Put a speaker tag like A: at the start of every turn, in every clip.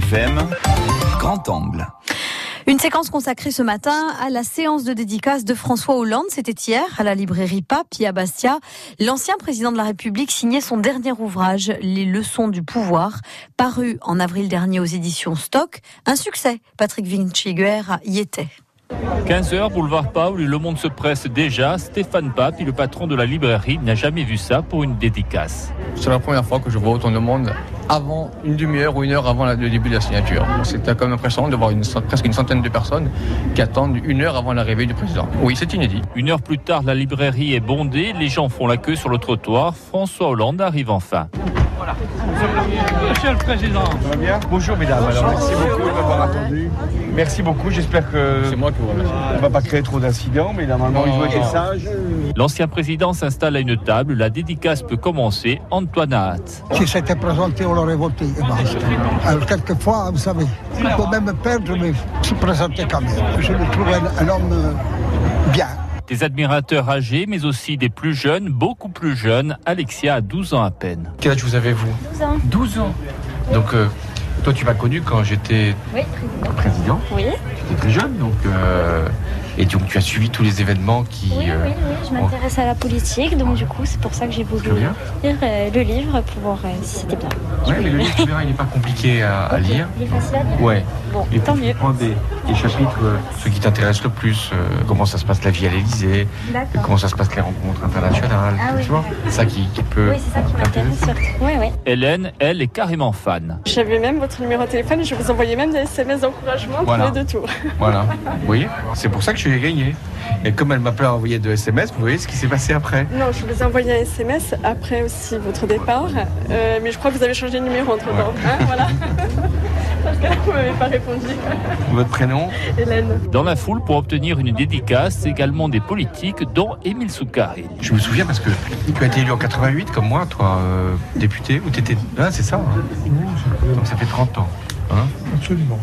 A: CFM, grand angle.
B: Une séquence consacrée ce matin à la séance de dédicace de François Hollande. C'était hier à la librairie Papi à Bastia. L'ancien président de la République signait son dernier ouvrage, Les leçons du pouvoir, paru en avril dernier aux éditions Stock. Un succès. Patrick Vinciguer y était.
C: 15h, boulevard Paul, le monde se presse déjà. Stéphane Pape, le patron de la librairie, n'a jamais vu ça pour une dédicace.
D: C'est la première fois que je vois autant de monde avant une demi-heure ou une heure avant la- le début de la signature. C'était quand même impressionnant de voir une cent- presque une centaine de personnes qui attendent une heure avant l'arrivée du président. Oui, c'est inédit.
C: Une heure plus tard, la librairie est bondée, les gens font la queue sur le trottoir. François Hollande arrive enfin.
E: Monsieur le Président.
F: bien Bonjour mesdames, Alors, merci beaucoup de m'avoir attendu. Merci beaucoup, j'espère que
D: C'est moi qui vous remercie.
F: on va pas créer trop d'incidents, mais normalement il faut être sage.
C: L'ancien président s'installe à une table, la dédicace peut commencer. Antoine a hâte.
G: Qui s'était présenté, on l'aurait voté. Et basta. Alors, quelquefois, vous savez, il faut même perdre, mais se présenter quand même. Je le trouve un, un homme euh, bien.
C: Des admirateurs âgés, mais aussi des plus jeunes, beaucoup plus jeunes. Alexia a 12 ans à peine.
D: Quel âge vous avez, vous 12 ans. 12 ans Donc, euh, toi, tu m'as connu quand j'étais
H: Oui,
D: président.
H: Oui.
D: Tu étais très jeune, donc. euh, et donc, tu as suivi tous les événements qui.
H: Oui, oui,
D: euh,
H: oui, je m'intéresse à la politique, donc du coup, c'est pour ça que j'ai voulu
D: Tu veux bien
H: lire euh, le livre pour voir euh, si c'était bien.
D: Ouais, mais le livre, tu verras, il n'est pas compliqué à, à lire.
H: Il est facile à lire
D: Ouais.
H: Bon,
D: Et
H: tant
D: puis,
H: mieux.
D: prends des, des chapitres, euh, ceux qui t'intéressent le plus, euh, comment ça se passe la vie à l'Elysée,
H: D'accord.
D: comment ça se passe les rencontres internationales,
H: Ah oui.
D: tu vois, ça qui, qui peut.
H: Oui, c'est ça qui m'intéresse surtout. Oui, oui.
C: Hélène, elle, est carrément fan.
I: J'avais même votre numéro de téléphone et je vous envoyais même des SMS d'encouragement pour
D: Voilà.
I: les deux tours.
D: Voilà. Vous voyez C'est pour ça que je l'ai gagné. Et comme elle m'a pas envoyé de SMS, vous voyez ce qui s'est passé après.
I: Non, je vous ai envoyé un SMS après aussi votre départ, euh, mais je crois que vous avez changé de numéro entre temps. hein, voilà. Parce que là, vous m'avez pas répondu,
D: Votre prénom
I: Hélène.
C: Dans la foule, pour obtenir une dédicace, également des politiques, dont Émile Soukari.
D: Je me souviens parce que tu as été élu en 88 comme moi, toi, euh, député, ou t'étais. Ah, c'est ça. hein. Donc ça fait 30 ans. Hein
F: Absolument.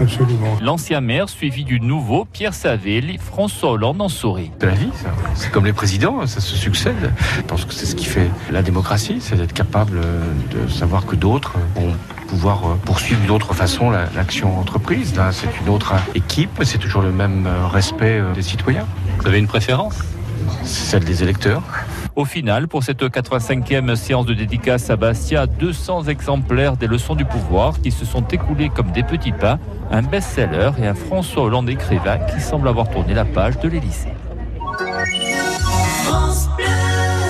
F: Absolument.
C: L'ancien maire, suivi du nouveau Pierre Savelli, François Hollande en sourit.
D: de la vie, ça. C'est comme les présidents, ça se succède. Je pense que c'est ce qui fait la démocratie, c'est d'être capable euh, de savoir que d'autres vont pouvoir euh, poursuivre d'une autre façon la- l'action entreprise. Là, c'est une autre euh, équipe, c'est toujours le même euh, respect euh, des citoyens,
C: Vous avez une préférence
D: celle des électeurs.
C: Au final, pour cette 85e séance de dédicace à Bastia, 200 exemplaires des leçons du pouvoir qui se sont écoulés comme des petits pains, un best-seller et un François Hollande écrivain qui semble avoir tourné la page de l'Élysée.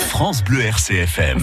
A: France Bleu RCFM.